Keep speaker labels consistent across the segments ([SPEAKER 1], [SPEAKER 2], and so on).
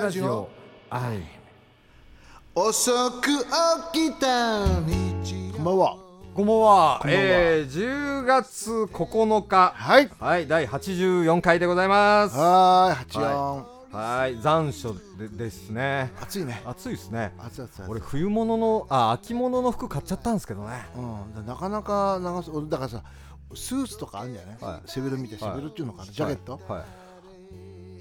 [SPEAKER 1] ラジオ
[SPEAKER 2] はい
[SPEAKER 1] 遅く起きた日
[SPEAKER 3] こんばんは。
[SPEAKER 2] こんばんはえー、10月9日
[SPEAKER 3] はい。
[SPEAKER 2] はい第84回でございますは
[SPEAKER 3] はーい、八
[SPEAKER 2] は
[SPEAKER 3] 四。
[SPEAKER 2] い残暑でですね
[SPEAKER 3] 暑いね。
[SPEAKER 2] 暑いですね
[SPEAKER 3] 暑い暑い暑い。
[SPEAKER 2] 俺冬物のあ秋物の服買っちゃったんですけどね
[SPEAKER 3] うん、なかなか長す、俺だからさ。スーツとかあるんじゃない、
[SPEAKER 2] はい
[SPEAKER 3] 背広みたいな、
[SPEAKER 2] はい
[SPEAKER 3] 背広っていうのかな、ジャケット、
[SPEAKER 2] はい、はい、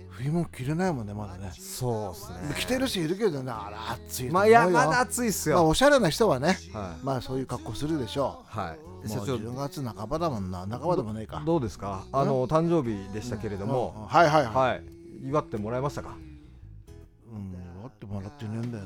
[SPEAKER 3] 冬も着れないもんね、まだね。
[SPEAKER 2] そうですね
[SPEAKER 3] 着てる人いるけどね、あら、暑いと
[SPEAKER 2] ま
[SPEAKER 3] 思
[SPEAKER 2] あ
[SPEAKER 3] う
[SPEAKER 2] い
[SPEAKER 3] よ。
[SPEAKER 2] やまだ暑いっす
[SPEAKER 3] まあ、
[SPEAKER 2] よ
[SPEAKER 3] おしゃれな人はね、
[SPEAKER 2] はい
[SPEAKER 3] まあ、そういう格好するでしょ
[SPEAKER 2] はい、
[SPEAKER 3] う。
[SPEAKER 2] 社
[SPEAKER 3] もう
[SPEAKER 2] 長
[SPEAKER 3] 10月半ばだもんな、半ばでもねえか。
[SPEAKER 2] どうですかあの誕生日でしたけれど
[SPEAKER 3] うん
[SPEAKER 2] も、
[SPEAKER 3] はいはいはい。
[SPEAKER 2] はい祝ってもらえましたか
[SPEAKER 3] うん、会ってもらってねえんだよ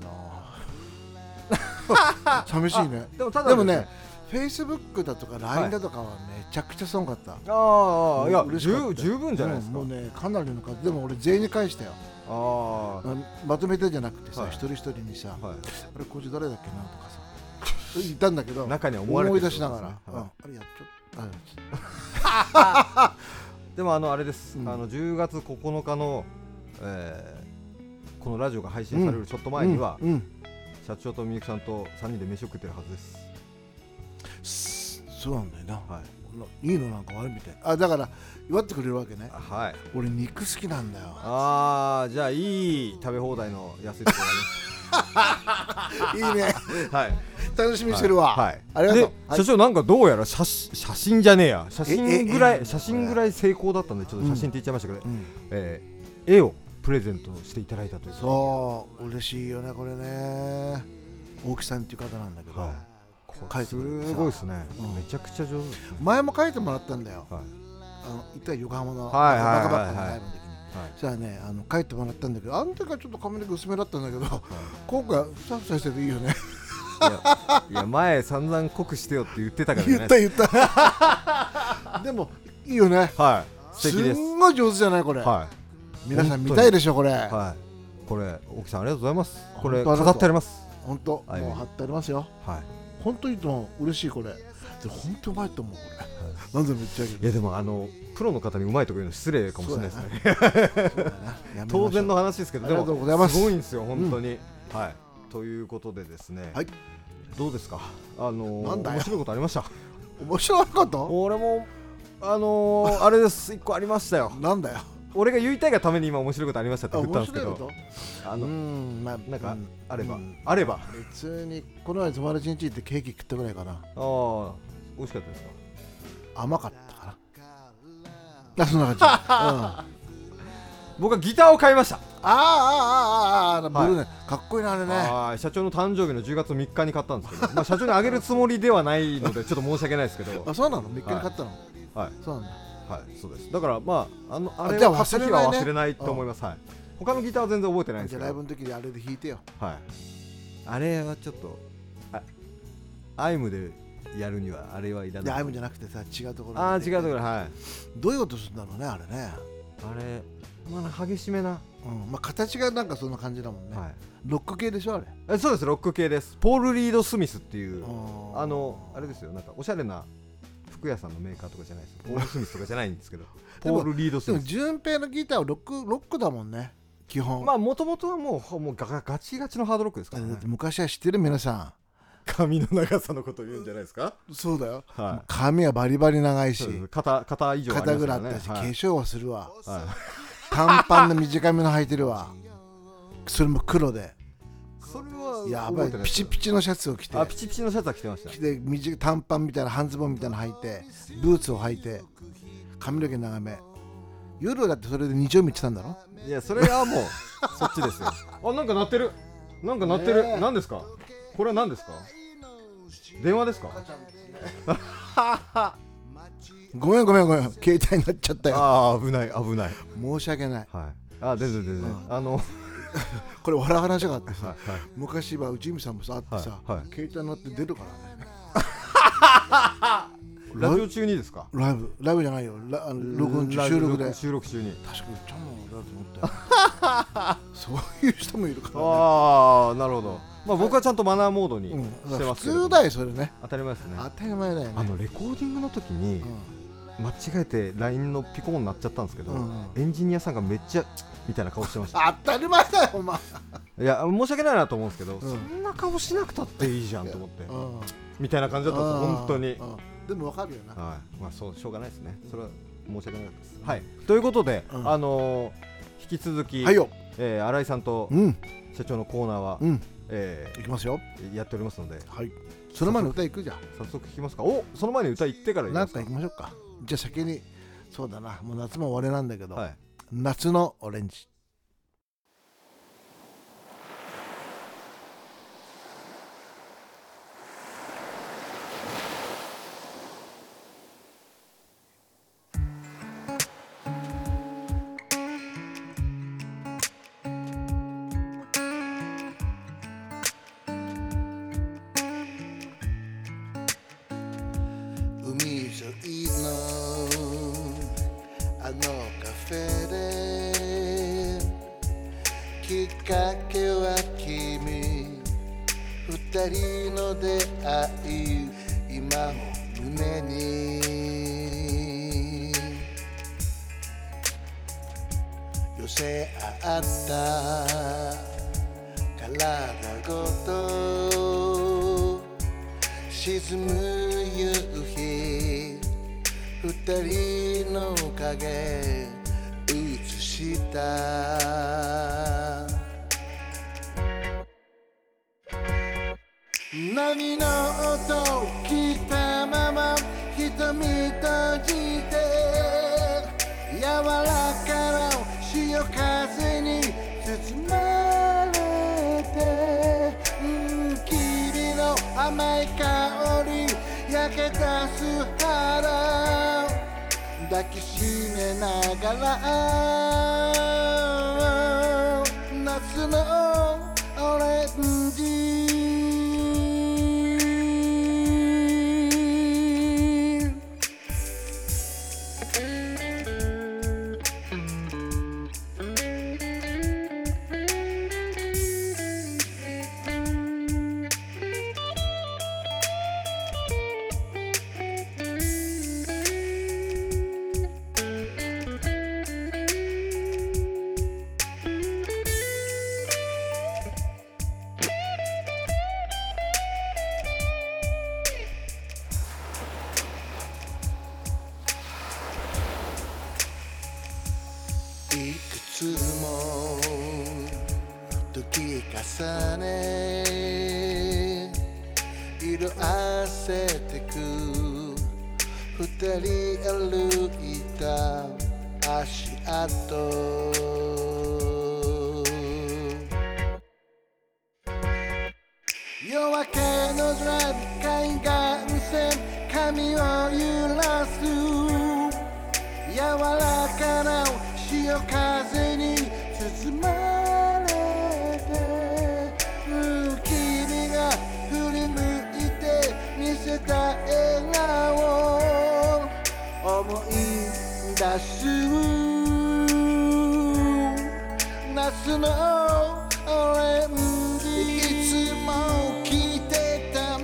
[SPEAKER 3] な。寂しいね。
[SPEAKER 2] でもただ
[SPEAKER 3] でもね、フェイスブックだとか LINE だとかはめちゃくちゃすごかった。
[SPEAKER 2] ああいや
[SPEAKER 3] 嬉しかっ
[SPEAKER 2] 十
[SPEAKER 3] た
[SPEAKER 2] 十分じゃないですか、
[SPEAKER 3] うんもうね、かなりの数、でも俺全員に返したよ。
[SPEAKER 2] あ
[SPEAKER 3] あのまとめてじゃなくてさ、
[SPEAKER 2] はい
[SPEAKER 3] 一人一人にさ、
[SPEAKER 2] あはい
[SPEAKER 3] あれ、こいつ誰だっけなとかさ、言ったんだけ ど、
[SPEAKER 2] 中には思われて
[SPEAKER 3] 思
[SPEAKER 2] る
[SPEAKER 3] い出しながら、
[SPEAKER 2] ってこ
[SPEAKER 3] うん
[SPEAKER 2] と
[SPEAKER 3] あれやっちゃった。
[SPEAKER 2] でもあのあれです、
[SPEAKER 3] うん
[SPEAKER 2] あの10月9日の、えーこのラジオが配信されるちょっと前には、
[SPEAKER 3] うんうん
[SPEAKER 2] 社長とみゆきさんと3人で飯を食ってるはずです、
[SPEAKER 3] すそうなんだよな、、
[SPEAKER 2] はい
[SPEAKER 3] いのなんか悪いみたい。あだから、祝ってくれるわけね
[SPEAKER 2] い。はい、
[SPEAKER 3] 俺、肉好きなんだよ。
[SPEAKER 2] ああじゃあいい食べ放題の安いところがあります
[SPEAKER 3] いいね、
[SPEAKER 2] はい、
[SPEAKER 3] 楽しみにしてるわ。
[SPEAKER 2] はい、
[SPEAKER 3] ありがとう
[SPEAKER 2] で、
[SPEAKER 3] はい
[SPEAKER 2] 社長なんかどうやら写真写真じゃねえや写真ぐら
[SPEAKER 3] ええ
[SPEAKER 2] い写真ぐらい成功だったんでちょっと写真って言っちゃいましたけど、
[SPEAKER 3] うん
[SPEAKER 2] えー絵をプレゼントしていただいたというう
[SPEAKER 3] そう嬉しいよねこれね大木さんっていう方なんだけど、
[SPEAKER 2] はい
[SPEAKER 3] 書いて
[SPEAKER 2] す
[SPEAKER 3] くれてさ
[SPEAKER 2] ごいですね、
[SPEAKER 3] うん
[SPEAKER 2] めちゃくちゃ上手ですね
[SPEAKER 3] 前も書いてもらったんだよ
[SPEAKER 2] はい
[SPEAKER 3] あの行った横浜の
[SPEAKER 2] はい
[SPEAKER 3] バ
[SPEAKER 2] はい
[SPEAKER 3] カ
[SPEAKER 2] はいはい
[SPEAKER 3] バカのライブの時
[SPEAKER 2] は
[SPEAKER 3] に、
[SPEAKER 2] い
[SPEAKER 3] じゃあねあの書いてもらったんだけどあの時はちょっと髪の毛薄めだったんだけど、今回ふさふさしてていいよね
[SPEAKER 2] いや いや前散々濃くしてよって言ってたからね
[SPEAKER 3] 言った言っ たでもいいよね
[SPEAKER 2] はい素
[SPEAKER 3] す
[SPEAKER 2] 敵です
[SPEAKER 3] んごい上手じゃないこれ、
[SPEAKER 2] は
[SPEAKER 3] 皆さん見たいでしょこれ、
[SPEAKER 2] いはいこれ大木さんありがとうございますこれ
[SPEAKER 3] 本当ありがとう
[SPEAKER 2] 飾ってあります
[SPEAKER 3] 本当
[SPEAKER 2] はい
[SPEAKER 3] もう貼ってありますよ
[SPEAKER 2] はい
[SPEAKER 3] 本当いいと思う嬉しいこれで本当うまいと思うこれ、なんでも言っちゃうけど
[SPEAKER 2] いやでもあのプロの方にうまいとこ言うの失礼かもしれないですね
[SPEAKER 3] やめましょう
[SPEAKER 2] 当然の話ですけど、
[SPEAKER 3] ありがとうございます
[SPEAKER 2] でもごいんですよ、本当に。はい、ということでですね、
[SPEAKER 3] はい
[SPEAKER 2] どうですか、あのー
[SPEAKER 3] なんだよ
[SPEAKER 2] 面白いことありました。
[SPEAKER 3] 面白いこと
[SPEAKER 2] 俺も、あのーあれです、一個ありましたよ。
[SPEAKER 3] なんだよ
[SPEAKER 2] 俺が言いたいがために今、面白いことありましたって
[SPEAKER 3] あ
[SPEAKER 2] 言ったんで
[SPEAKER 3] 面
[SPEAKER 2] すけ
[SPEAKER 3] 白い
[SPEAKER 2] ど
[SPEAKER 3] こ、
[SPEAKER 2] あ
[SPEAKER 3] とう
[SPEAKER 2] の
[SPEAKER 3] んまあ
[SPEAKER 2] なんか、
[SPEAKER 3] うん
[SPEAKER 2] あれば、
[SPEAKER 3] うん
[SPEAKER 2] あれば、あ
[SPEAKER 3] 普通にこの前友達ん家行ってケーキ食ったぐらいかな
[SPEAKER 2] あ、美味しかったですか。
[SPEAKER 3] 甘かったかなあそんな感じ、 うん、あー
[SPEAKER 2] 僕はギターを買いました、
[SPEAKER 3] あーあーあーあーあのブルーね、かっこいいなあれね
[SPEAKER 2] はい社長の誕生日の10月3日に買ったんですけど、まあ、社長にあげるつもりではない ので、ちょっと申し訳ないですけど、
[SPEAKER 3] あそうなの3日に買ったの、
[SPEAKER 2] はい、
[SPEAKER 3] そうなん
[SPEAKER 2] はい、そうです。だから、まあ、あの、あれ
[SPEAKER 3] じゃあ
[SPEAKER 2] は買った
[SPEAKER 3] 忘れ
[SPEAKER 2] 日
[SPEAKER 3] ないね
[SPEAKER 2] は忘れないと思います。はい。他のギターは全然覚えてないん
[SPEAKER 3] だ
[SPEAKER 2] です
[SPEAKER 3] じゃ
[SPEAKER 2] け
[SPEAKER 3] あライ
[SPEAKER 2] ど。
[SPEAKER 3] ブの時にあれで弾いてよ
[SPEAKER 2] はい。あれはちょっと。あ。アイムでやるには、あれはいら
[SPEAKER 3] で
[SPEAKER 2] な
[SPEAKER 3] ア
[SPEAKER 2] い。
[SPEAKER 3] イムじゃなくてさ違うところ
[SPEAKER 2] ああ、違うところ、はい。あ
[SPEAKER 3] どういうことするんだろうねあれね
[SPEAKER 2] れ。まあ、激しめな。
[SPEAKER 3] うんまあ形がなんかそんな感じだもんね、
[SPEAKER 2] はい。
[SPEAKER 3] ロック系でしょあれ
[SPEAKER 2] え、そうです。ロック系です。ポールリードスミスっていう。
[SPEAKER 3] あ
[SPEAKER 2] あの、あれですよ。なんか、おしゃれな。服屋さんのメーカーとかじゃないです。ポールスミスとかじゃないんですけど。
[SPEAKER 3] でも
[SPEAKER 2] ポールリードス
[SPEAKER 3] でも
[SPEAKER 2] ミス。
[SPEAKER 3] 順平のギターはロックロックだもんね基本、
[SPEAKER 2] まあ、もともとはもう、ほもうガガガチガチのハードロックですか
[SPEAKER 3] だ
[SPEAKER 2] ら、ね
[SPEAKER 3] っ。て昔は知ってる皆さ
[SPEAKER 2] 髪の長さのことを言うんじゃないですか。
[SPEAKER 3] んそうだよ
[SPEAKER 2] は
[SPEAKER 3] 髪はバリバリ長い
[SPEAKER 2] い。そうです
[SPEAKER 3] し
[SPEAKER 2] 肩肩以上あります
[SPEAKER 3] 肩ぐら
[SPEAKER 2] から
[SPEAKER 3] あっ
[SPEAKER 2] ね。
[SPEAKER 3] たし、
[SPEAKER 2] はい
[SPEAKER 3] 化粧はするわ
[SPEAKER 2] はい
[SPEAKER 3] 短パンの短めの履いてるわそれも黒で
[SPEAKER 2] それは
[SPEAKER 3] やばいピチピ
[SPEAKER 2] チ。
[SPEAKER 3] チのシャツを着て
[SPEAKER 2] あピチピチのシャツは着てました。
[SPEAKER 3] 着て短い短パンみたいな半ズボンみたいなの履いてブーツを履いて髪の毛長め夜だってそれで日曜日行ってたんだろ
[SPEAKER 2] いやそれはもうそっちですよ。あなんか鳴ってる。なんか鳴ってる。
[SPEAKER 3] ねえ
[SPEAKER 2] 何ですか。これは何ですか。電話ですか。
[SPEAKER 3] ごめんごめんごめん携帯になっちゃったよ
[SPEAKER 2] ああ危ない危ない。
[SPEAKER 3] 申し訳ない
[SPEAKER 2] はい。あ全然全然。あの
[SPEAKER 3] これ笑わなしゃがあってさ
[SPEAKER 2] はいはい
[SPEAKER 3] 昔は内海さんもさあってさ、
[SPEAKER 2] はいはい
[SPEAKER 3] 携帯になって出るからね
[SPEAKER 2] ラジオ中にですか。
[SPEAKER 3] ライブライブじゃないよラあの録音中
[SPEAKER 2] ラジ
[SPEAKER 3] 収録で確か
[SPEAKER 2] 収録中に。
[SPEAKER 3] にちゃんもだと思ったよ そういう人もいるから、ね
[SPEAKER 2] ああなるほど。まあ僕はちゃんとマナーモードに
[SPEAKER 3] うん
[SPEAKER 2] して
[SPEAKER 3] 普
[SPEAKER 2] ますけれども。
[SPEAKER 3] 通だよそれね
[SPEAKER 2] 当たり前ですね。
[SPEAKER 3] 当たり前だよ
[SPEAKER 2] あ
[SPEAKER 3] ね
[SPEAKER 2] のレコーディングの時に、
[SPEAKER 3] うん
[SPEAKER 2] 間違えて LINE のピコーンになっちゃったんですけど、
[SPEAKER 4] うん
[SPEAKER 2] エンジニアさんがめっちゃみたいな顔してました
[SPEAKER 4] 当たり前だよお前、
[SPEAKER 2] いや申し訳ないなと思うんですけど、
[SPEAKER 4] ん
[SPEAKER 2] そんな顔しなくたっていいじゃんと思って、
[SPEAKER 4] うん、
[SPEAKER 2] みたいな感じだったんですよ本当に、
[SPEAKER 4] うんでもわかるよな
[SPEAKER 2] はいまあそうしょうがないですねそれは申し訳なかったです、はい、ということで、
[SPEAKER 4] うん
[SPEAKER 2] あのー引き続き、
[SPEAKER 4] はいよ
[SPEAKER 2] えー新井さんと
[SPEAKER 4] うん
[SPEAKER 2] 社長のコーナーは、
[SPEAKER 4] うん
[SPEAKER 2] え
[SPEAKER 4] いきますよ
[SPEAKER 2] ーやっておりますので
[SPEAKER 4] はいその前の歌いくじゃん
[SPEAKER 2] 早速聞きますかおその前に歌言ってから言い
[SPEAKER 4] な
[SPEAKER 2] ま
[SPEAKER 4] ん
[SPEAKER 2] すか
[SPEAKER 4] か行きましょうかじゃあ先にそうだなもう夏も終わりなんだけど、
[SPEAKER 2] はい
[SPEAKER 4] 夏のオレンジ
[SPEAKER 3] 海沿いのあのカフェできっかけは君二人の出会い今を胸に寄せ合った体ごと沈む夕日二人の影映した波の音を聞いたまま瞳閉じて柔らかな潮風に包まれてうん君の甘い香り焼け出す腹抱きしめながら夏のオレンジいくつも時重ね色あせてく二人歩いた足跡夜明けのドライブ海岸線髪を揺らす柔らかな潮風に包まれてうん君が振り向いて見せた笑顔を思い出す夏のオレンジいつも聴いてたメロ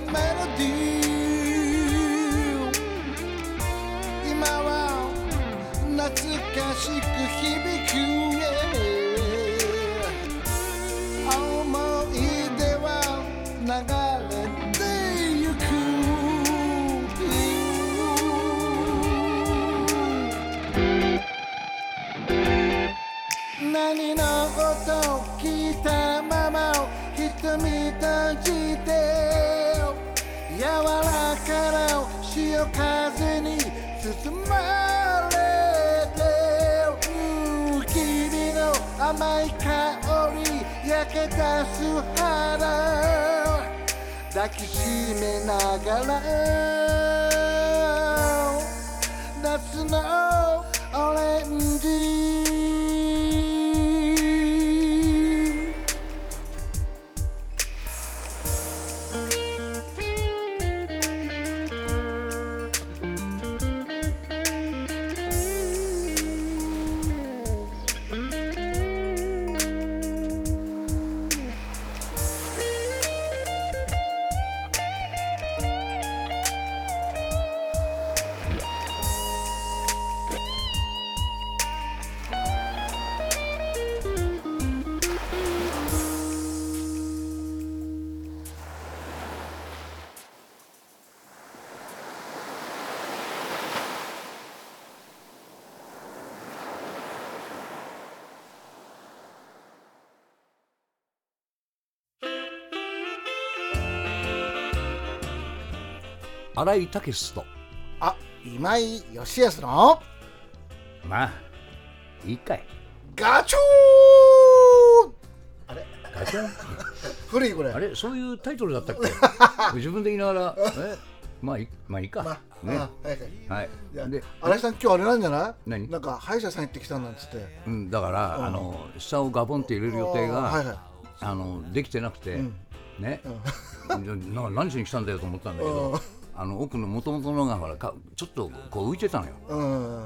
[SPEAKER 3] ディー今は懐かしく響く yeah 思い出は流れてゆく何の音を聞いたまま瞳閉じて柔らかな潮風に包まれてうん君の甘い香り焼け出す花抱きしめながら夏のオレンジ
[SPEAKER 5] 新井武史と
[SPEAKER 3] あ今井義康の
[SPEAKER 5] まあいいかい
[SPEAKER 3] ガチョーン
[SPEAKER 5] ガ チャン
[SPEAKER 3] 古いこれ
[SPEAKER 5] あれそういうタイトルだったっ け自分で言いながらえまあいいまあいいか、
[SPEAKER 3] まあ、
[SPEAKER 5] ね
[SPEAKER 3] あはいはい
[SPEAKER 5] はい
[SPEAKER 3] いや
[SPEAKER 5] で、
[SPEAKER 3] 荒井さん今日あれなんじゃない
[SPEAKER 5] 何
[SPEAKER 3] なんか歯医者さん行ってきたんなんつって
[SPEAKER 5] うん、だから、あの下をガボンって入れる予定が、
[SPEAKER 3] あーはいはい
[SPEAKER 5] あのできてなくて、ね、 な何しに来たんだよと思ったんだけ
[SPEAKER 3] うん
[SPEAKER 5] どあの奥のもともとのがほらかちょっとこう浮いてたのよ
[SPEAKER 3] う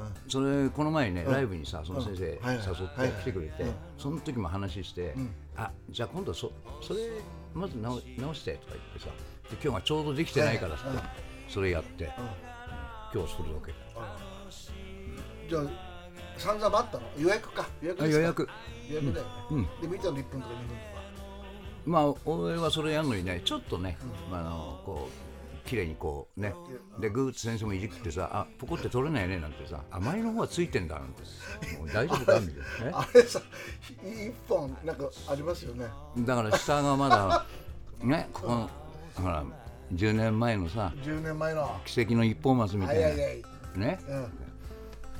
[SPEAKER 3] ん
[SPEAKER 5] それこの前ね、ライブにさその先生
[SPEAKER 3] はいはい
[SPEAKER 5] 誘って来てくれて、その時も話して、あじゃあ今度そそれまず直直してとか言ってさで今日がちょうどできてないからさ、それやって、今日するわけ
[SPEAKER 3] じゃあ散々待ったの予約か予約
[SPEAKER 5] あ
[SPEAKER 3] です
[SPEAKER 5] 予
[SPEAKER 3] か
[SPEAKER 5] 約
[SPEAKER 3] 予約だよね、
[SPEAKER 5] うん
[SPEAKER 3] で見たの1分とか2分とか
[SPEAKER 5] まあ俺はそれやるのにねちょっとね、あのこう綺麗にこうねでグーッと先生もいじくってさ「あポコって取れないね」なんてさ「甘いの方はついてんだ」なんて「もう大丈夫か?」みたいなね
[SPEAKER 3] あれさ1本なんかありますよね
[SPEAKER 5] だから下がま だねここのほら10年前のさ
[SPEAKER 3] 10年前のは
[SPEAKER 5] 奇跡の一本松み
[SPEAKER 3] い
[SPEAKER 5] た
[SPEAKER 3] はいい
[SPEAKER 5] な、
[SPEAKER 3] はい
[SPEAKER 5] ね
[SPEAKER 3] うんうん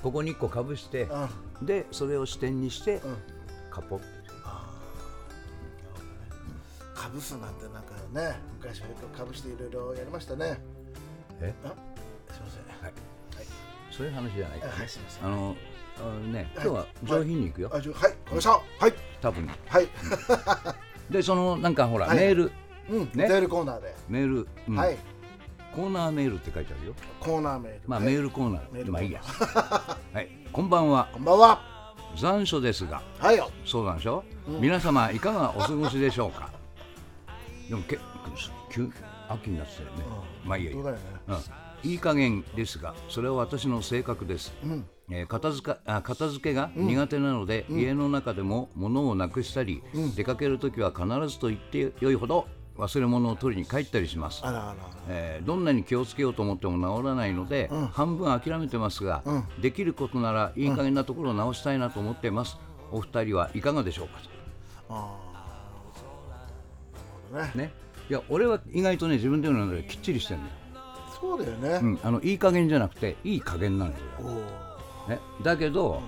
[SPEAKER 5] ここに1個かぶしてでそれを支点にして、カポッ
[SPEAKER 3] かぶすなんてなんかね昔はよくかぶしていろいろやりましたね
[SPEAKER 5] え
[SPEAKER 3] あすいません
[SPEAKER 5] そういう話じゃないから
[SPEAKER 3] は
[SPEAKER 5] ね
[SPEAKER 3] いすいません
[SPEAKER 5] あのあのね今日は上品にいくよ、
[SPEAKER 3] あじゃあはいよいしょはい
[SPEAKER 5] 多分
[SPEAKER 3] はい
[SPEAKER 5] でそのなんかほら、
[SPEAKER 3] はい
[SPEAKER 5] メール
[SPEAKER 3] うんお
[SPEAKER 5] ね
[SPEAKER 3] 便りコーナーで
[SPEAKER 5] メール、うん
[SPEAKER 3] はい
[SPEAKER 5] コーナーメールって書いてあるよ。
[SPEAKER 3] コーナーメール
[SPEAKER 5] まあ
[SPEAKER 3] はい
[SPEAKER 5] メールコーナ
[SPEAKER 3] メー
[SPEAKER 5] ー、
[SPEAKER 3] ルコーナー
[SPEAKER 5] まあいいや。はい、こんばんは。
[SPEAKER 3] こんばんは
[SPEAKER 5] 残暑ですが、
[SPEAKER 3] はいよ
[SPEAKER 5] そうなんでしょ。皆様いかがお過ごしでしょうか。でもけ急秋になってたよね。まあいいや。
[SPEAKER 3] そうだよね
[SPEAKER 5] うん、いい加減ですが、それは私の性格です。えー片付かあ片付けが苦手なので、家の中でも物をなくしたり、出かけるときは必ずと言ってよいほど忘れ物を取りに帰ったりします。
[SPEAKER 3] あらあら
[SPEAKER 5] えーどんなに気をつけようと思っても治らないので、半分諦めてますが、できることならいい加減なところを直したいなと思っています、お二人はいかがでしょうか
[SPEAKER 3] なるほ
[SPEAKER 5] と、ね、いや俺は意外とね自分で言うのできっちりしてるのよ、
[SPEAKER 3] そうだよね、
[SPEAKER 5] うん、あのいい加減じゃなくていい加減なんですよ、
[SPEAKER 3] お
[SPEAKER 5] ね、だけど、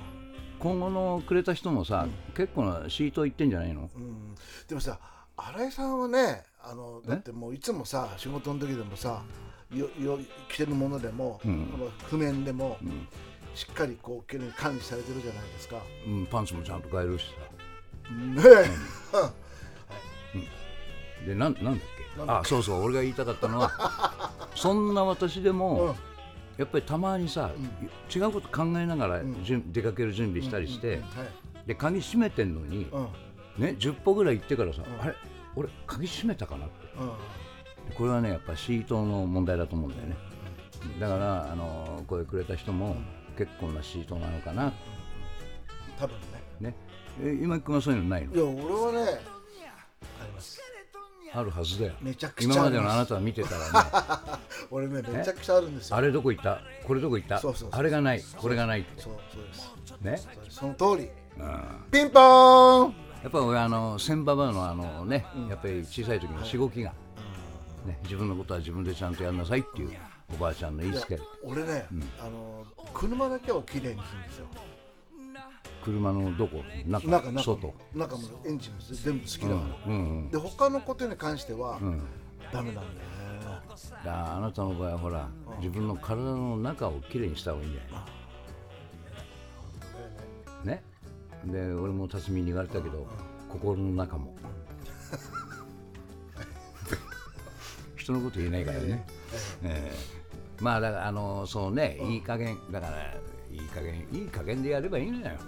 [SPEAKER 5] 今後のくれた人もさ、結構なシート行ってんじゃないの、
[SPEAKER 3] うん、でもさ新井さんはねあのだってもういつもさ仕事の時でもさよよ着てるものでも、この譜面でも、しっかりこうきれいに管理されてるじゃないですかね
[SPEAKER 5] うん、パンツもちゃんと変えるし
[SPEAKER 3] え、
[SPEAKER 5] さでなんなんだっけあそうそう俺が言いたかったのは そんな私でも、
[SPEAKER 3] うん
[SPEAKER 5] やっぱりたまにさ、違うこと考えながら、じゅん出かける準備したりして、
[SPEAKER 3] はい
[SPEAKER 5] で鍵閉めてんのに、
[SPEAKER 3] うん
[SPEAKER 5] ね、10歩ぐらい行ってからさ、あれ俺鍵閉めたかなって
[SPEAKER 3] うん
[SPEAKER 5] でこれはねやっぱシートの問題だと思うんだよねだからあの声くれた人も結構なシートなのかな、
[SPEAKER 3] 多分ね
[SPEAKER 5] ね、え今井君はそういうのないの
[SPEAKER 3] いや俺はねあります
[SPEAKER 5] あるはずだよ
[SPEAKER 3] めちゃくちゃ
[SPEAKER 5] 今まで
[SPEAKER 3] あり
[SPEAKER 5] の
[SPEAKER 3] ます
[SPEAKER 5] あなたを見てたらね
[SPEAKER 3] 俺ねめちゃくちゃあるんですよ
[SPEAKER 5] あれどこ行ったこれどこ行った
[SPEAKER 3] そうそうそう
[SPEAKER 5] あれがないこれがないって
[SPEAKER 3] そうそうです
[SPEAKER 5] ね
[SPEAKER 3] その通り、ピンポーン
[SPEAKER 5] やっぱ俺あの千葉バのあのね、やっぱり小さい時のしごきが、ね、自分のことは自分でちゃんとやんなさいっていうおばあちゃんの言い
[SPEAKER 3] いや
[SPEAKER 5] つけ
[SPEAKER 3] 俺ね、あの車だけをきれいにするんですよ
[SPEAKER 5] 車のどこ中
[SPEAKER 3] 中中
[SPEAKER 5] 外
[SPEAKER 3] も中もエンジンも全部好きだから、
[SPEAKER 5] うんうん
[SPEAKER 3] で他のことに関しては、
[SPEAKER 5] ん
[SPEAKER 3] ダメなんだよね
[SPEAKER 5] だからあなたの場合はほら自分の体の中をきれいにした方がいいんじゃないねで俺も辰巳に言われたけど心の中 も人のこと言えないからね、ええまあだからあのそうねいい加減だからいい加減いい加減でやればいいんだよ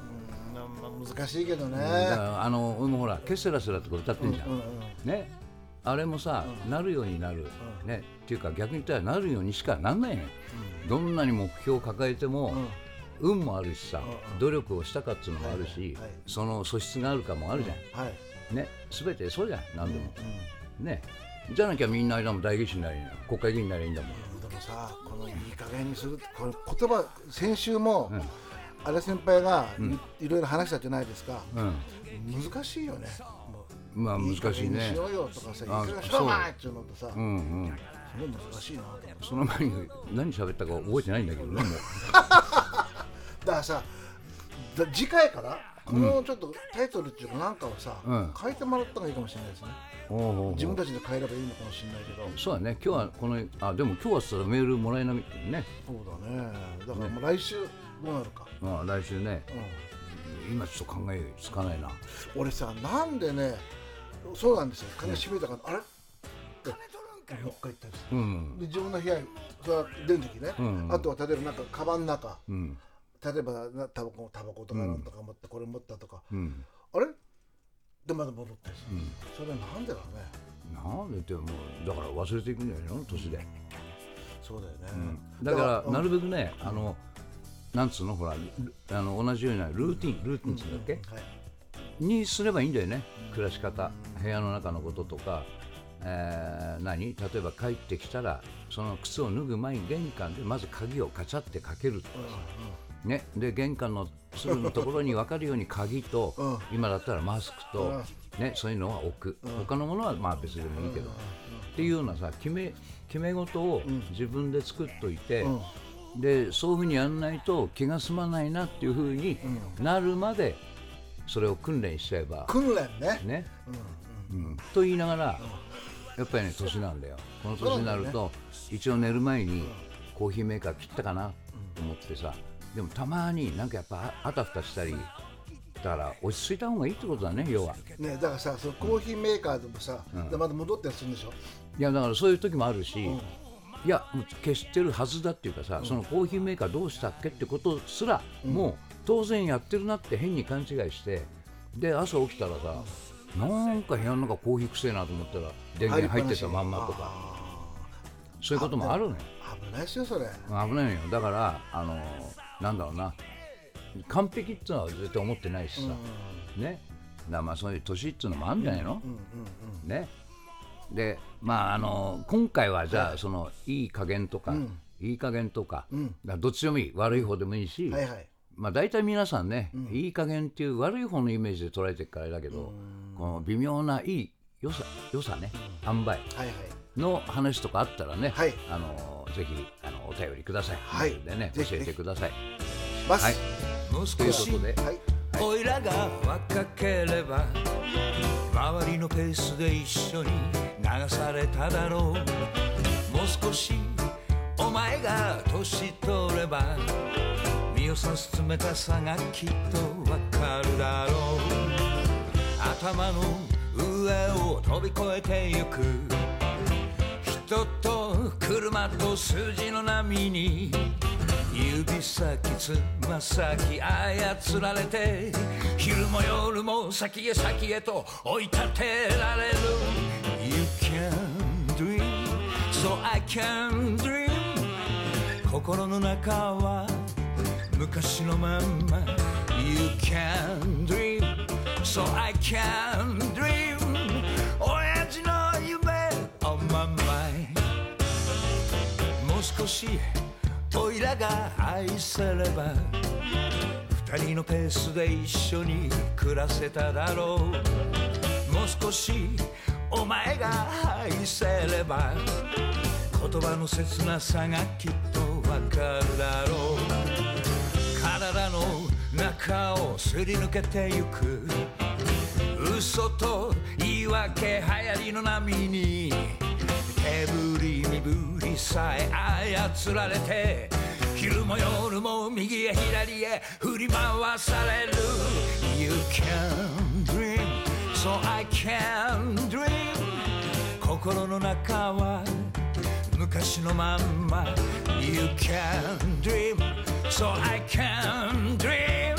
[SPEAKER 3] うんまあ難しいけどね、
[SPEAKER 5] だからあの俺もほら「ケセラセラ」とか歌ってんじゃん、
[SPEAKER 3] うんうん
[SPEAKER 5] ねあれもさ、なるようになる、ねっていうか逆に言ったらなるようにしかなんないね、どんなに目標を抱えても、運もあるしさ、努力をしたかっつうのもあるし、
[SPEAKER 3] はいはい
[SPEAKER 5] その素質があるかもあるじゃん、
[SPEAKER 3] はい
[SPEAKER 5] ね全てそうじゃん何でも、ねじゃなきゃみんなあれだもん代議士になりな国会議員になりゃいいんだもん
[SPEAKER 3] でもさこのいい加減にするこの言葉先週も、あれ先輩がい,、ろいろ話したじゃないですか、
[SPEAKER 5] うん
[SPEAKER 3] 難しいよねもう
[SPEAKER 5] まあ難しい
[SPEAKER 3] 加減にし
[SPEAKER 5] ね
[SPEAKER 3] ようよとかさいい
[SPEAKER 5] あ
[SPEAKER 3] か減にしろまいっていうのとさ、
[SPEAKER 5] うんうん
[SPEAKER 3] すごい難しいなと思って
[SPEAKER 6] その前に何喋ったか覚えてないんだけどねもう
[SPEAKER 3] だからさだ次回からこのちょっとタイトルっていうかなんかをさ、
[SPEAKER 6] うん
[SPEAKER 3] 変えてもらった方がいいかもしれないですね 自分たちで変えればいいのかもしれないけど
[SPEAKER 6] そうだね今日はこのあでも今日はそれメールもらえないね
[SPEAKER 3] そうだねだからもう来週どうなるか、
[SPEAKER 6] まあ来週ね
[SPEAKER 3] うん
[SPEAKER 6] 今ちょっと考えつかないな
[SPEAKER 3] 俺さなんでねそうなんですよ金閉めたから、あれって4日行ったんですよ
[SPEAKER 6] うん
[SPEAKER 3] で自分の部屋にさ出る時ね、
[SPEAKER 6] うん
[SPEAKER 3] あとは例えばなんかカバンの中
[SPEAKER 6] うん
[SPEAKER 3] 例えばなタバコタバコとかなんとか持ってこれ持ったとか、
[SPEAKER 6] うん
[SPEAKER 3] あれでまだ戻ってるし、それなんでだろうね
[SPEAKER 6] なんでってもうだから忘れていくんじゃないの年で、
[SPEAKER 3] そうだよね、
[SPEAKER 6] だからな
[SPEAKER 3] る
[SPEAKER 6] るべくねあのなんつうのほらルあの同じようなルーティンルーティンっつうんだっけ、
[SPEAKER 3] はい
[SPEAKER 6] にすればいいんだよね暮らし方部屋の中のこととか、えー何例えば帰ってきたらその靴を脱ぐ前に玄関でまず鍵をカチャってかけるとかさね、で玄関のすぐのところに分かるように鍵と、今だったらマスクと、ね、そういうのは置く、他のものはまあ別でもいいけど、っていうようなさ決め決め事を自分で作っといて、でそういうふうにやんないと気が済まないなっていうふうになるまでそれを訓練しちゃえば、
[SPEAKER 3] 訓練ね
[SPEAKER 6] ねうんと言いながら、やっぱりね年なんだよこの年になると、一応寝る前にコーヒーメーカー切ったかなと思ってさでもたまになんかやっぱああたふたしたりだから落ち着いた方がいいってことだね要は
[SPEAKER 3] ねだからさそのコーヒーメーカーでもさ、でまだ戻ったりするんでしょ
[SPEAKER 6] いやだからそういう時もあるし、いやもう消してるはずだっていうかさ、そのコーヒーメーカーどうしたっけってことすら、もう当然やってるなって変に勘違いしてで朝起きたらさ、なんか部屋の中コーヒーくせえなと思ったら電源入ってたまんまとかそういうこともあるのよ
[SPEAKER 3] 危ないですよそれ
[SPEAKER 6] 危ないのよだからあのなんだろうな完璧っていうのは絶対思ってないしさ、ねだからまあそういう年っていうのもあるんじゃないの、ねでまああの今回はじゃあそのいい加減とか、いい加減とか,、どっちでもいい悪い方でもいいし、
[SPEAKER 3] はいはい
[SPEAKER 6] まあ、大体皆さんね、いい加減っていう悪い方のイメージで捉えてるからあれだけど、この微妙ないい良さ良さね塩梅
[SPEAKER 3] はいはい
[SPEAKER 6] の話とかあったらね、
[SPEAKER 3] はい
[SPEAKER 6] あのぜひあのお便りください、
[SPEAKER 3] はい
[SPEAKER 6] メールでね教
[SPEAKER 3] ぜひ
[SPEAKER 6] えてください。
[SPEAKER 3] ます、
[SPEAKER 6] はいということで、
[SPEAKER 3] はい
[SPEAKER 5] おいらが若ければ周りのペースで一緒に流されただろうもう少しお前が年取れば身をさす冷たさがきっとわかるだろう頭の上を飛び越えてゆく人と車と数字の波に指先つま先操られて昼も夜も先へ先へと追い立てられる You can dream so I can dream 心の中は昔のまんま You can dream so I can dream 親父の夢 on my mind もう少しおいらが愛せれば二人のペースで一緒に暮らせただろうもう少しお前が愛せれば言葉の切なさがきっとわかるだろう体の中をすり抜けてゆく嘘と言い訳流行りの波に手振り身振りさえ操られて昼も夜も右へ左へ振り回される You can dream so I can dream 心の中は昔のまんま You can dream so I can dream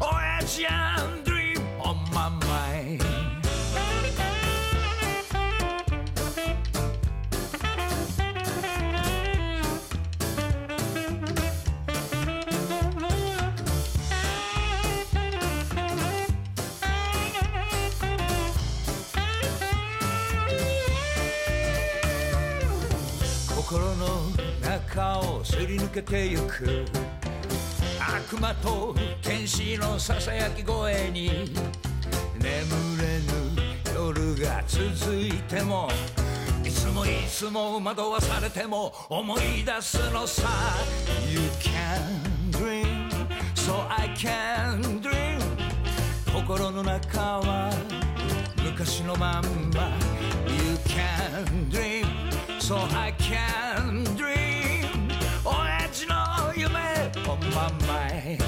[SPEAKER 5] Orange and dream on my mind 心の中をすり抜けてゆく悪魔と天使のささやき声に眠れぬ夜が続いてもいつも優いつも惑わされても思い出すのさ You can dream so I can dream 心の中は昔のまんま You can dream so I can dream 親父の夢 on my mind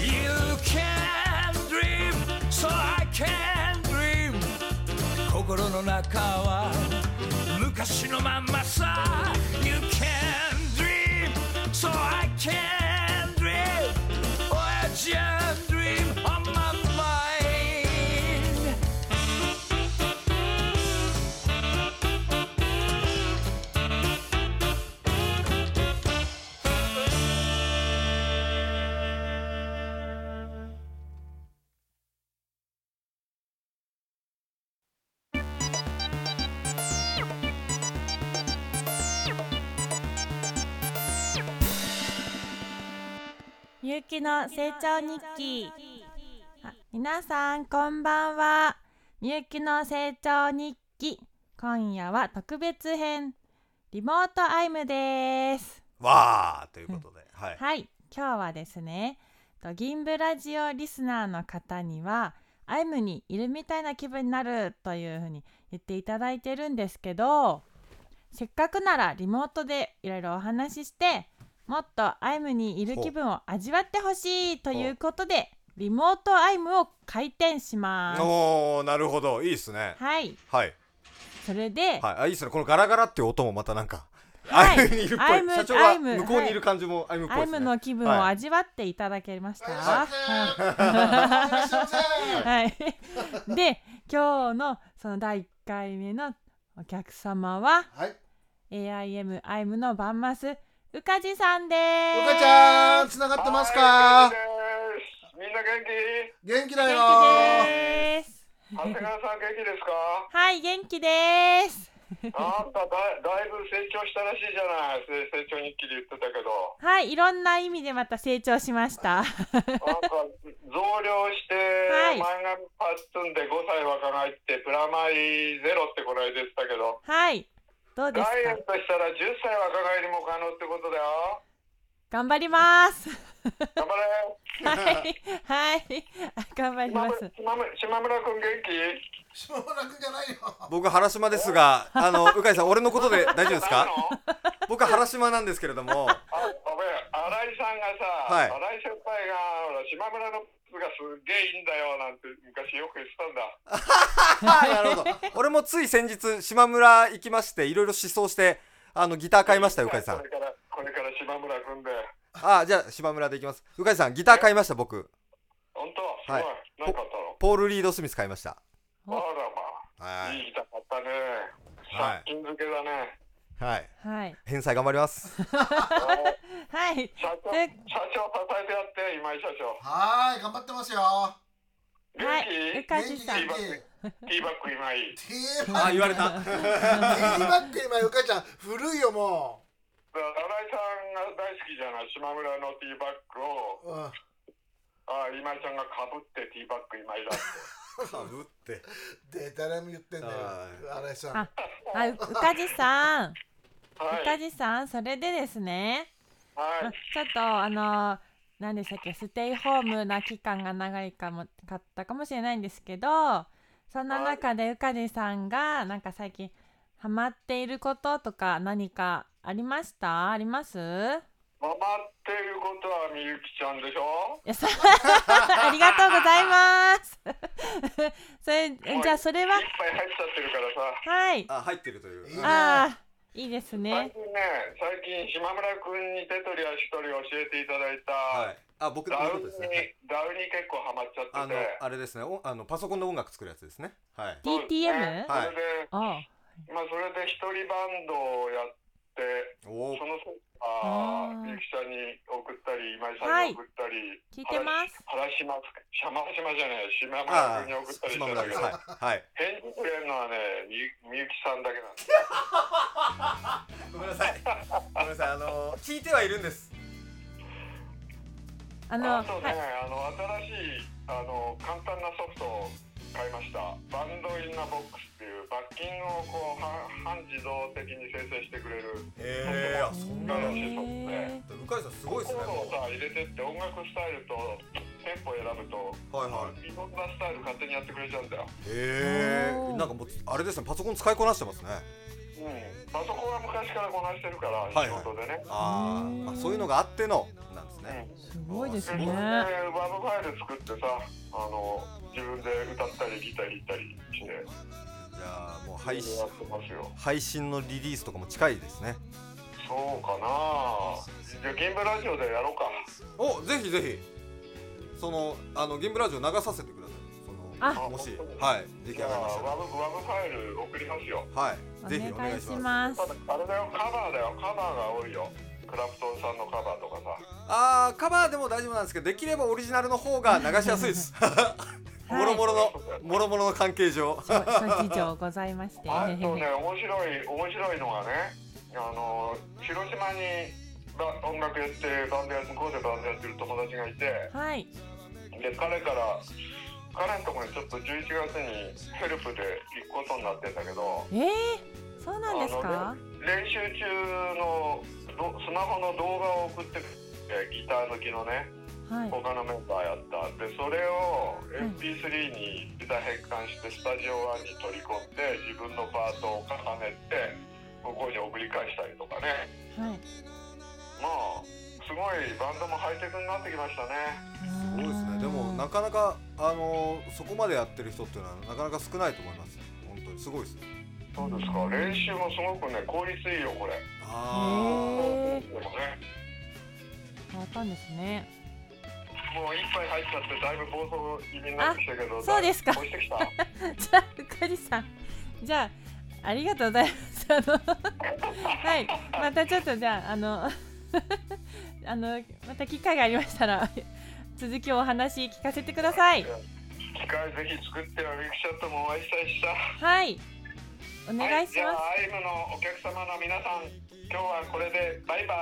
[SPEAKER 5] You can dream, so I can dream 心の中は昔のまんまさ You can dream, so I can dream Oh, I can dream on my mind
[SPEAKER 7] みゆきの成長日記あ皆さんこんばんはみゆきの成長日記今夜は特別編リモートアイムです
[SPEAKER 2] わーということで、はい、
[SPEAKER 7] はい今日はですねと銀ブラジオリスナーの方にはアイムにいるみたいな気分になるというふうに言っていただいてるんですけどせっかくならリモートでいろいろお話ししてもっとアイムにいる気分を味わってほしいということでリモートアイムを開店します
[SPEAKER 2] おーなるほどいいっすね
[SPEAKER 7] はい
[SPEAKER 2] はい
[SPEAKER 7] それ
[SPEAKER 2] は
[SPEAKER 7] で、
[SPEAKER 2] いあいいっすねこのガラガラっていう音もまたなんか、
[SPEAKER 7] はい
[SPEAKER 2] アイムにいるっぽ
[SPEAKER 7] アイム
[SPEAKER 2] い社長
[SPEAKER 7] ア
[SPEAKER 2] が
[SPEAKER 7] イム
[SPEAKER 2] 向こうにいる感じもアイムっぽい
[SPEAKER 7] ア
[SPEAKER 2] で
[SPEAKER 7] イ
[SPEAKER 2] すね
[SPEAKER 7] ムの気分を味わっていただけました、はい、 で今日のその第1回目のお客様は
[SPEAKER 3] はい
[SPEAKER 7] AIM アイムのバンマスうかじさんです
[SPEAKER 3] おかちゃんつながってますか
[SPEAKER 8] みんな元気
[SPEAKER 3] 元気だよ
[SPEAKER 7] 元気です
[SPEAKER 8] 長谷川さん元気で すか
[SPEAKER 7] はい元気です
[SPEAKER 8] あんただだいぶ成長したらしいじゃないせ成長日記で言ってたけど
[SPEAKER 7] はいいろんな意味でまた成長しました
[SPEAKER 8] なんか増量して
[SPEAKER 7] はい
[SPEAKER 8] 前髪パッツンで5歳若返ってプラマイゼロってこの間言ってたけど
[SPEAKER 7] はいどうで
[SPEAKER 8] ダ
[SPEAKER 7] す
[SPEAKER 8] イエ
[SPEAKER 7] か
[SPEAKER 8] ットしたら10歳若返りも可能ってことだよ
[SPEAKER 7] 頑張ります
[SPEAKER 8] 頑張れ
[SPEAKER 7] はいはい 頑張り
[SPEAKER 8] 島
[SPEAKER 7] ま
[SPEAKER 8] 村
[SPEAKER 7] す
[SPEAKER 8] 島村島村君元気
[SPEAKER 3] 島村君じゃないよ
[SPEAKER 2] 僕原島ですがあの鵜飼さん俺のことで大丈夫です
[SPEAKER 8] な
[SPEAKER 2] か
[SPEAKER 8] の
[SPEAKER 2] 僕原島なんですけれども
[SPEAKER 8] あ、ごめん、新井さんが
[SPEAKER 2] はい
[SPEAKER 8] さ、新井先輩が、ほら、島村の靴がすっげえいいんだよなんて昔よく言ってたんだ。
[SPEAKER 2] あなるほど俺もつい先日島村行きましていろいろ思想してあのギター買いましたよ鵜飼さん
[SPEAKER 8] これから、これから島村組んで。
[SPEAKER 2] あじゃあ島村で行きます鵜飼さんギター買いました僕
[SPEAKER 8] 本当す
[SPEAKER 2] は
[SPEAKER 8] ご
[SPEAKER 2] い
[SPEAKER 8] い。なんかあったの
[SPEAKER 2] ポール・リード・スミス買いました
[SPEAKER 8] あらま
[SPEAKER 2] は
[SPEAKER 8] あ、
[SPEAKER 2] い
[SPEAKER 8] いいギター買ったね。
[SPEAKER 2] はい
[SPEAKER 8] 借金付けだね。
[SPEAKER 2] はい
[SPEAKER 7] はい
[SPEAKER 2] 返済頑張ります
[SPEAKER 7] はい
[SPEAKER 8] 社長、
[SPEAKER 7] え
[SPEAKER 8] 社長支えてやって、今井社長。
[SPEAKER 3] はーい頑張ってますよ
[SPEAKER 7] は
[SPEAKER 8] 元
[SPEAKER 7] い、う
[SPEAKER 8] 気
[SPEAKER 7] かじさん。
[SPEAKER 3] 元気元
[SPEAKER 8] ティーバック今井。
[SPEAKER 3] 気ティーバッ
[SPEAKER 2] あ言われた
[SPEAKER 3] クティーバック今うかちゃん古いよも
[SPEAKER 8] 新井さんが大好きじゃない、島村のティーバッグを、
[SPEAKER 3] う、うん、
[SPEAKER 8] あ今井さんがかぶってティーバッグ今井だって。
[SPEAKER 2] かぶって
[SPEAKER 3] で誰も言ってんだよ
[SPEAKER 2] は
[SPEAKER 3] 新井さん
[SPEAKER 7] ああ、ううかじさん。
[SPEAKER 8] は
[SPEAKER 7] うか
[SPEAKER 8] い。
[SPEAKER 7] じさん、それでですね。
[SPEAKER 8] は
[SPEAKER 7] ま
[SPEAKER 8] い。
[SPEAKER 7] ちょっと、あのー、何でしたっけ、ステイホームな期間が長いかも、かったかもしれないんですけど。そんな中で、うかじさんが、なんか最近。ハマっていることとか、何かありました。あります。い
[SPEAKER 8] 回ってることはみゆきちゃんでしょ
[SPEAKER 7] や、そありがとうございます。 それ、じゃ、あそれは
[SPEAKER 8] 一。杯入っちゃってるからさ
[SPEAKER 7] はい。
[SPEAKER 2] あ入ってるという
[SPEAKER 7] ああ、いいですね
[SPEAKER 8] 最。近ね最近島村君に手取り足取り教えていただ
[SPEAKER 2] は
[SPEAKER 8] いた、
[SPEAKER 2] いあ僕の
[SPEAKER 8] ダ
[SPEAKER 2] こ
[SPEAKER 8] ウ
[SPEAKER 2] と
[SPEAKER 8] ン
[SPEAKER 2] です
[SPEAKER 8] に、
[SPEAKER 2] ねはい
[SPEAKER 8] ダウンに結構ハマっちゃ
[SPEAKER 2] あ
[SPEAKER 8] って
[SPEAKER 2] の
[SPEAKER 8] て
[SPEAKER 2] あれですねおあのパソコンで音楽作るやつですねはい
[SPEAKER 8] そうですね
[SPEAKER 7] DTM
[SPEAKER 8] それで、
[SPEAKER 7] おう
[SPEAKER 8] まあそれで一人バンドをやって
[SPEAKER 2] おー
[SPEAKER 8] そのあ
[SPEAKER 7] あー
[SPEAKER 8] ーみゆきちゃんに送ったり今井さんに送ったり、
[SPEAKER 7] 聞いてます。
[SPEAKER 8] 原島シャマ島じゃない島
[SPEAKER 2] あ
[SPEAKER 8] 村君に
[SPEAKER 2] ー
[SPEAKER 8] 送ったりして
[SPEAKER 2] 島村
[SPEAKER 8] た
[SPEAKER 2] で
[SPEAKER 8] け
[SPEAKER 2] す
[SPEAKER 8] ど、
[SPEAKER 2] はいはい
[SPEAKER 8] 返事くれるのはねみゆみゆきさんだけなんです
[SPEAKER 2] ごめんなさいごめんなさいあのー聞いてはいるんです
[SPEAKER 7] あの、
[SPEAKER 8] あとね、
[SPEAKER 7] はい、
[SPEAKER 8] あの新しいあの簡単なソフトを買いましたバンドインナボックスっていうバ罰金をこうは半自動的に生成してくれる
[SPEAKER 9] へえあそんなの
[SPEAKER 8] へー
[SPEAKER 9] 向井さんすごいです
[SPEAKER 8] コ
[SPEAKER 9] ね
[SPEAKER 8] ードを
[SPEAKER 9] も
[SPEAKER 8] さ入れてって音楽スタイルとテンポ選ぶと
[SPEAKER 9] うはいはい
[SPEAKER 8] いろんなスタイル勝手にやってくれちゃうんだよ、
[SPEAKER 9] へえなんかもうあれですねパソコン使いこなしてますね
[SPEAKER 8] うん、パソコンは昔からこなしてるから
[SPEAKER 9] はい
[SPEAKER 8] 仕事でね、
[SPEAKER 9] あーあそういうのがあってのなんですね
[SPEAKER 8] う
[SPEAKER 7] す
[SPEAKER 8] ん
[SPEAKER 7] ごいです
[SPEAKER 8] 自分で
[SPEAKER 7] ね。
[SPEAKER 8] ワードファイル作ってさあの自分で歌ったりギター弾いたりしてや
[SPEAKER 9] じゃあもう配信
[SPEAKER 8] ってますよ
[SPEAKER 9] 配信のリリースとかも近いですね
[SPEAKER 8] そうかなじゃあ銀ブラジオでやろうか
[SPEAKER 9] おぜひぜひそのあのゲームラジオ流させてくださいその
[SPEAKER 8] あ
[SPEAKER 9] もし
[SPEAKER 8] 本当に
[SPEAKER 9] はい出来
[SPEAKER 8] じ
[SPEAKER 9] 上
[SPEAKER 8] ゃ
[SPEAKER 9] が
[SPEAKER 8] あ
[SPEAKER 9] りましたら
[SPEAKER 8] ワブワブファイル送りますよ
[SPEAKER 9] はいぜひお願
[SPEAKER 7] お願
[SPEAKER 9] い
[SPEAKER 7] い
[SPEAKER 9] し
[SPEAKER 7] し
[SPEAKER 9] ます
[SPEAKER 7] ます
[SPEAKER 8] た。だあれだよカバーだよカバーが多いよクラプトンさんのカバーとかさ
[SPEAKER 9] あーカバーでも大丈夫なんですけどできればオリジナルの方が流しやすいです もろもろのもろもろの関係上
[SPEAKER 7] そう諸事情ございまして。
[SPEAKER 8] あとね面白い面白いのがねあの広島にバ音楽やってバンドや向こうでバンドやってる友達がいて
[SPEAKER 7] はい。
[SPEAKER 8] で彼から彼のところにちょっと11月にヘルプで行くことになってんだけど
[SPEAKER 7] ええー、そうなんです
[SPEAKER 8] あ
[SPEAKER 7] か
[SPEAKER 8] の。練習中のどスマホの動画を送ってくれてギター抜きのね
[SPEAKER 7] はい。
[SPEAKER 8] 他のメンバーやったでそれを
[SPEAKER 7] ん
[SPEAKER 8] MP3 にギター変換してスタジオ1に取り込んで自分のパートを重ねて向こうに送り返したりとかね
[SPEAKER 7] はい。
[SPEAKER 8] まあすごいバンドもハイテクになってきましたね
[SPEAKER 9] そうですねでもなかなかあのーそこまでやってる人っていうのはなかなか少ないと思います本当にすごいですね
[SPEAKER 8] そうですか練習もすごくね効率いいよこれ
[SPEAKER 9] あ
[SPEAKER 7] へえ
[SPEAKER 8] でもね
[SPEAKER 7] ー、変わったんですね。
[SPEAKER 8] もう一杯入っちゃってだいぶ暴走気味になってきたけど
[SPEAKER 7] あそうですか
[SPEAKER 8] 押してきたあ
[SPEAKER 7] じゃあ、うかりさん。じゃあ、ありがとうございます。あの はい。またちょっと、じゃあ、あの あの、また機会がありましたら、 続きをお話聞かせてください。
[SPEAKER 8] 機械ぜひ作ってはミクシャットもお会いしたいしさ
[SPEAKER 7] はい。お願いしま
[SPEAKER 8] はい、じゃあアイムのお客様の皆さん今日はこれでバイバ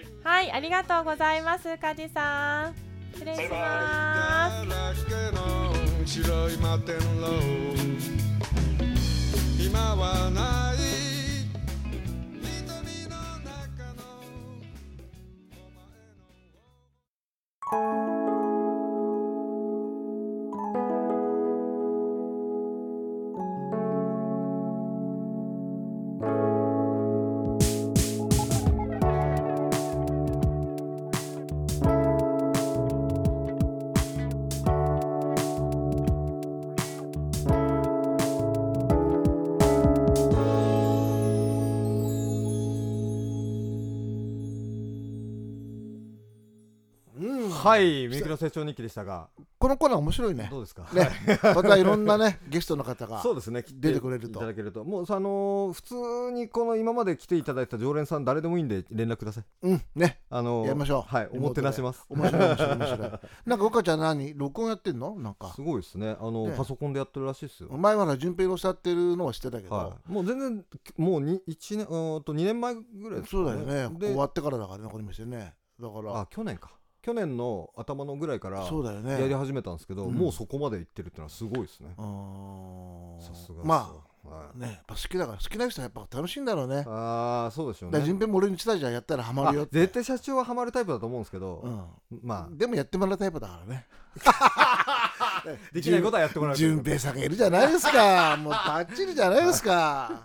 [SPEAKER 8] イ
[SPEAKER 7] す。はい、ありがとうございます、うかりさん。失礼します。
[SPEAKER 3] 白い摩天楼今はない瞳の中の
[SPEAKER 4] うん
[SPEAKER 2] はいミクロ成長日記でしたが
[SPEAKER 4] このコーナー面白いね
[SPEAKER 2] どうですか
[SPEAKER 4] ねまたいろんなね ゲストの方が
[SPEAKER 2] そうですね来て
[SPEAKER 4] 出てくれると
[SPEAKER 2] いただけるともうあのー普通にこの今まで来ていただいた常連さん誰でもいいんで連絡ください
[SPEAKER 4] うんね
[SPEAKER 2] あのー
[SPEAKER 4] やりましょう
[SPEAKER 2] はいおもてなします
[SPEAKER 4] 面白い面白い面 白いなんか岡ちゃん何録音やってんのなんか
[SPEAKER 2] すごいですねあのー
[SPEAKER 4] ね
[SPEAKER 2] パソコンでやってるらしいですよ
[SPEAKER 4] 前はほら順平のさってるのは知ってたけど、
[SPEAKER 2] はい、もう全然もうに一年うーんと2年前ぐらいですか
[SPEAKER 4] そうだよね
[SPEAKER 2] で
[SPEAKER 4] 終わってからだからねこの店ねだから
[SPEAKER 2] あ去年か去年の頭のぐらいから
[SPEAKER 4] そうだよね
[SPEAKER 2] やり始めたんですけど、
[SPEAKER 4] うん
[SPEAKER 2] もうそこまで行ってるってのはすごいですね
[SPEAKER 4] うーん
[SPEAKER 2] さすがですよ
[SPEAKER 4] ま
[SPEAKER 2] は
[SPEAKER 4] あ
[SPEAKER 2] い
[SPEAKER 4] ねやっぱ好きだから好きな人はやっぱ楽しいんだろうね
[SPEAKER 2] ああそうでしょう
[SPEAKER 4] だから
[SPEAKER 2] ね
[SPEAKER 4] 順平も俺に伝えじゃやったらハマるよ
[SPEAKER 2] あ絶対社長はハマるタイプだと思うんですけ
[SPEAKER 4] う
[SPEAKER 2] ど、
[SPEAKER 4] ん
[SPEAKER 2] まあ
[SPEAKER 4] でもやってもらうタイプだからね
[SPEAKER 2] できないことはやってもらうけど
[SPEAKER 4] 順平さんがいるじゃないで すかもうバッチリじゃないですか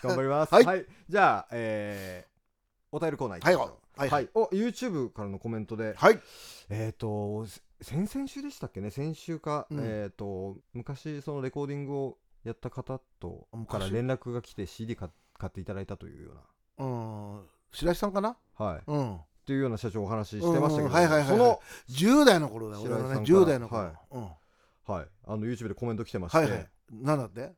[SPEAKER 2] 頑張りますは、
[SPEAKER 4] はいい
[SPEAKER 2] じゃあえーお便りコーナー行き
[SPEAKER 4] は
[SPEAKER 2] ま
[SPEAKER 4] い
[SPEAKER 2] しょ
[SPEAKER 4] は
[SPEAKER 2] う
[SPEAKER 4] い
[SPEAKER 2] は
[SPEAKER 4] はいい、
[SPEAKER 2] お YouTube からのコメントで
[SPEAKER 4] はい
[SPEAKER 2] えっ、とせ先々週でしたっけね先週か、
[SPEAKER 4] うん
[SPEAKER 2] えっ、と昔そのレコーディングをやった方と
[SPEAKER 4] 昔
[SPEAKER 2] から連絡が来て CD か買っていただいたというよう
[SPEAKER 4] うん白石さんかな
[SPEAKER 2] なはい
[SPEAKER 4] うん
[SPEAKER 2] っていうような社長お話ししてましたけど、
[SPEAKER 4] うんうんはいはいはいはい
[SPEAKER 2] その、
[SPEAKER 4] 10代の頃だよ俺
[SPEAKER 2] 白石さん
[SPEAKER 4] はね
[SPEAKER 2] から
[SPEAKER 4] 10代の頃、
[SPEAKER 2] はい
[SPEAKER 4] うん
[SPEAKER 2] はい、あの YouTube でコメント来てまして、
[SPEAKER 4] は
[SPEAKER 2] はい
[SPEAKER 4] いはいなんだって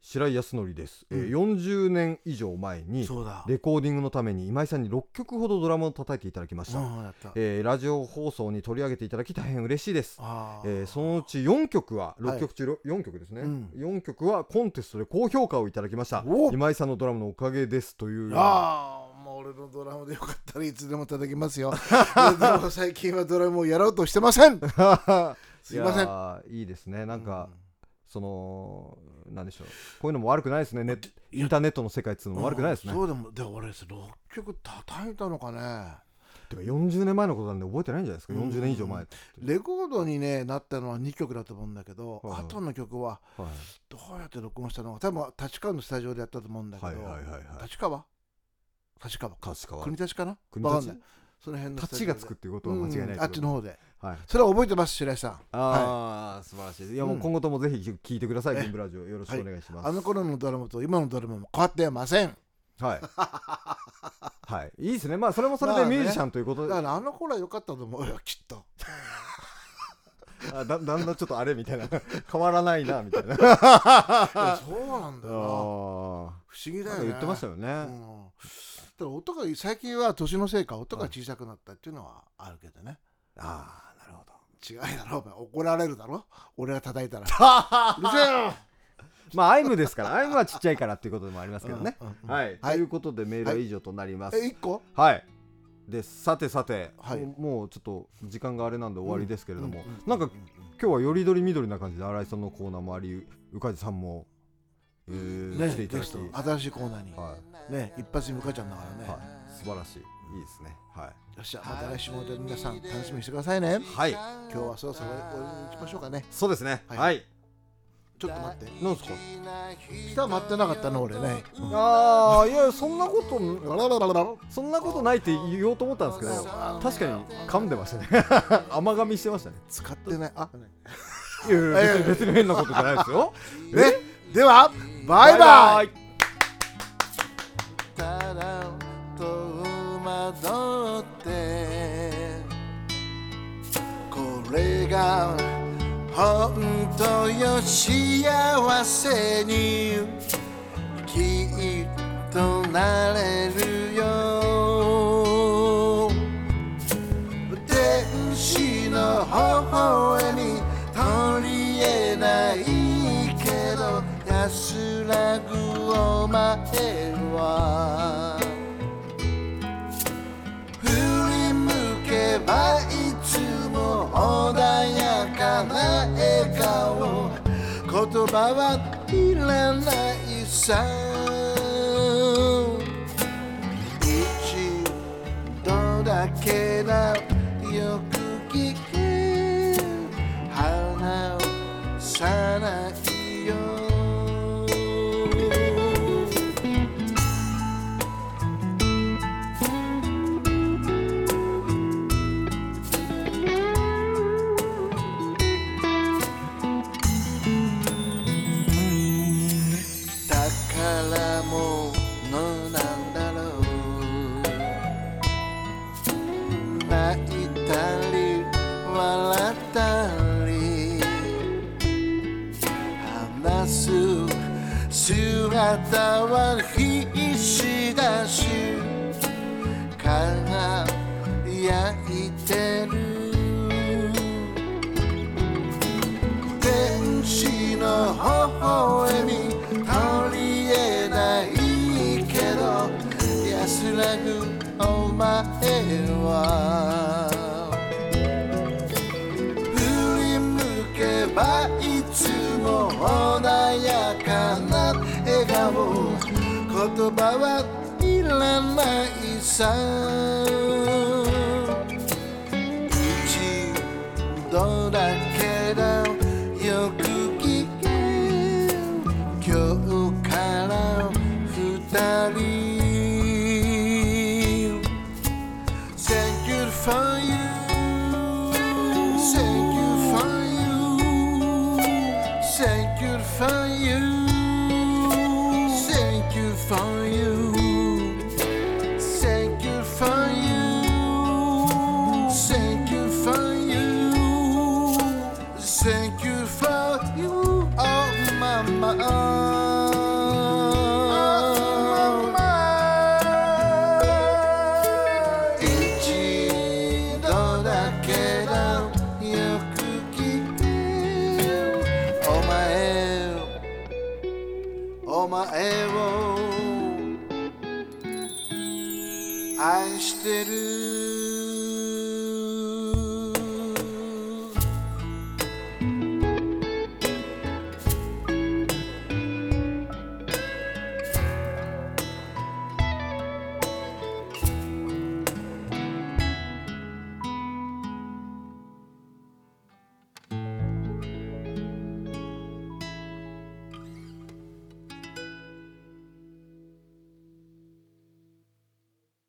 [SPEAKER 2] 白井康則です、えー40年以上前に
[SPEAKER 4] そうだ
[SPEAKER 2] レコーディングのために今井さんに6曲ほどドラムを叩いていただきました、
[SPEAKER 4] うんやった
[SPEAKER 2] えーラジオ放送に取り上げていただき大変嬉しいです
[SPEAKER 4] あー
[SPEAKER 2] えーそのうち4曲は6曲中4曲ですね、
[SPEAKER 4] うん
[SPEAKER 2] 4曲はコンテストで高評価をいただきました
[SPEAKER 4] お
[SPEAKER 2] 今井さんのドラムのおかげですという
[SPEAKER 4] ああもう俺のドラムでよかったらいつでも叩きますよ でも最近はドラムをやろうとしてません
[SPEAKER 2] あ
[SPEAKER 4] すいません
[SPEAKER 2] いやーいいですねなんか、そのなんでしょうこういうのも悪くないですねネット
[SPEAKER 4] い
[SPEAKER 2] インターネットの世界っていうのも悪くないですね、
[SPEAKER 4] そうでもで俺です6曲叩いたのかね
[SPEAKER 2] てか40年前のことなんで覚えてないんじゃないですか、
[SPEAKER 4] うん
[SPEAKER 2] 40年以上前って、
[SPEAKER 4] レコードに、ね、なったのは2曲だと思うんだけど、
[SPEAKER 2] はいはい
[SPEAKER 4] 後の曲は
[SPEAKER 2] はい
[SPEAKER 4] どうやって録音したのか多分立川のスタジオでやったと思うんだけど、
[SPEAKER 2] はいはいはいはい
[SPEAKER 4] 立川立川か
[SPEAKER 2] 立川
[SPEAKER 4] 国立かな
[SPEAKER 2] 国
[SPEAKER 4] わ
[SPEAKER 2] 立
[SPEAKER 4] かんないその辺のスタ
[SPEAKER 2] 立
[SPEAKER 4] ジ
[SPEAKER 2] ち
[SPEAKER 4] オ
[SPEAKER 2] がつくっ
[SPEAKER 4] で
[SPEAKER 2] ていうことは間違いない
[SPEAKER 4] うんあっちの
[SPEAKER 2] 方
[SPEAKER 4] 方で
[SPEAKER 2] はい
[SPEAKER 4] それは覚えてます白井さんは
[SPEAKER 2] ああ、素晴らしいですいやもううん今後ともぜひ聞いてください、
[SPEAKER 4] え
[SPEAKER 2] ビンブラジオよろしくお願いします
[SPEAKER 4] あの頃のドラマと今のドラマも変わってません
[SPEAKER 2] はいはいいいですねまあそれもそれでミュージシャンということ
[SPEAKER 4] だ
[SPEAKER 2] で、
[SPEAKER 4] からあの頃は良かったと思うよきっと
[SPEAKER 2] あだだんだんちょっとあれみ たいな変わらないなみた いなあ
[SPEAKER 4] そうなんだ
[SPEAKER 2] ー
[SPEAKER 4] よな不思議
[SPEAKER 2] なん
[SPEAKER 4] だよ
[SPEAKER 2] か
[SPEAKER 4] ね
[SPEAKER 2] 言ってましたよね、
[SPEAKER 4] うん、だから音が最近は年のせいか音が小さくなったっていうのはあるけどね、
[SPEAKER 2] ああなるほど
[SPEAKER 4] 違うだろお前怒られるだろ俺が叩 いたらうるせえよ
[SPEAKER 2] まあアイムですからアイムはちっちゃいからっていうことでもありますけどね、
[SPEAKER 4] うんうんうん
[SPEAKER 2] はい、
[SPEAKER 4] はい
[SPEAKER 2] ということでメールは以上となります、
[SPEAKER 4] え一個
[SPEAKER 2] はい。でさてさて、
[SPEAKER 4] はい
[SPEAKER 2] もうもうちょっと時間があれなんで終わりですけれども、
[SPEAKER 4] うんうんうん
[SPEAKER 2] なんか今日はよりどりみどりな感じで新井さんのコーナーもありうかじさんも、えー
[SPEAKER 4] ね
[SPEAKER 2] 来ていただき、
[SPEAKER 4] ゲス
[SPEAKER 2] は
[SPEAKER 4] ト新しいコーナーに、
[SPEAKER 2] は
[SPEAKER 4] ね一発に向かっちゃうんだからね、
[SPEAKER 2] い、素晴らしいいいですねは
[SPEAKER 4] よっしゃまた来週も皆さん楽しみにしてくださいね
[SPEAKER 2] い、はい、
[SPEAKER 4] 今日はそろそろ終わりに行きましょうかね
[SPEAKER 2] そうですねは、
[SPEAKER 4] はいいちょっと待って
[SPEAKER 2] なんですか
[SPEAKER 4] 下待ってなかったの俺ね、
[SPEAKER 2] ああいやそんなこと
[SPEAKER 4] バラバラバラ
[SPEAKER 2] そんなことないって言おうと思ったんですけど確かに噛んでましたね 甘噛みしてましたね
[SPEAKER 4] 使ってないあ
[SPEAKER 2] いやいや別に別に変なことじゃないですよ
[SPEAKER 4] ねではバイバイ
[SPEAKER 2] イ
[SPEAKER 3] ただ戸惑ってこれが本当よ幸せにきっとなれるよ天使の微笑み取り得ないけど安らぐお前は振り向けばいつも穏やかな笑顔言葉はいらないさ一度だけだよく聞け離さないよ宝物なんだろう泣いたり笑ったり話す姿は必死だし輝いてる天使の微笑み取り得ないけど安らぐお前は振り向けばいつも穏やかな笑顔言葉はいらないさ一度だけだよく聞け今日から二人 Thank you for you Thank you for you Thank you for you Thank you for you Thank you for you. Thank you for you. Thank you for you. Oh, mama. Oh, mama. 一度だけだよく聞けお前をお前を愛してる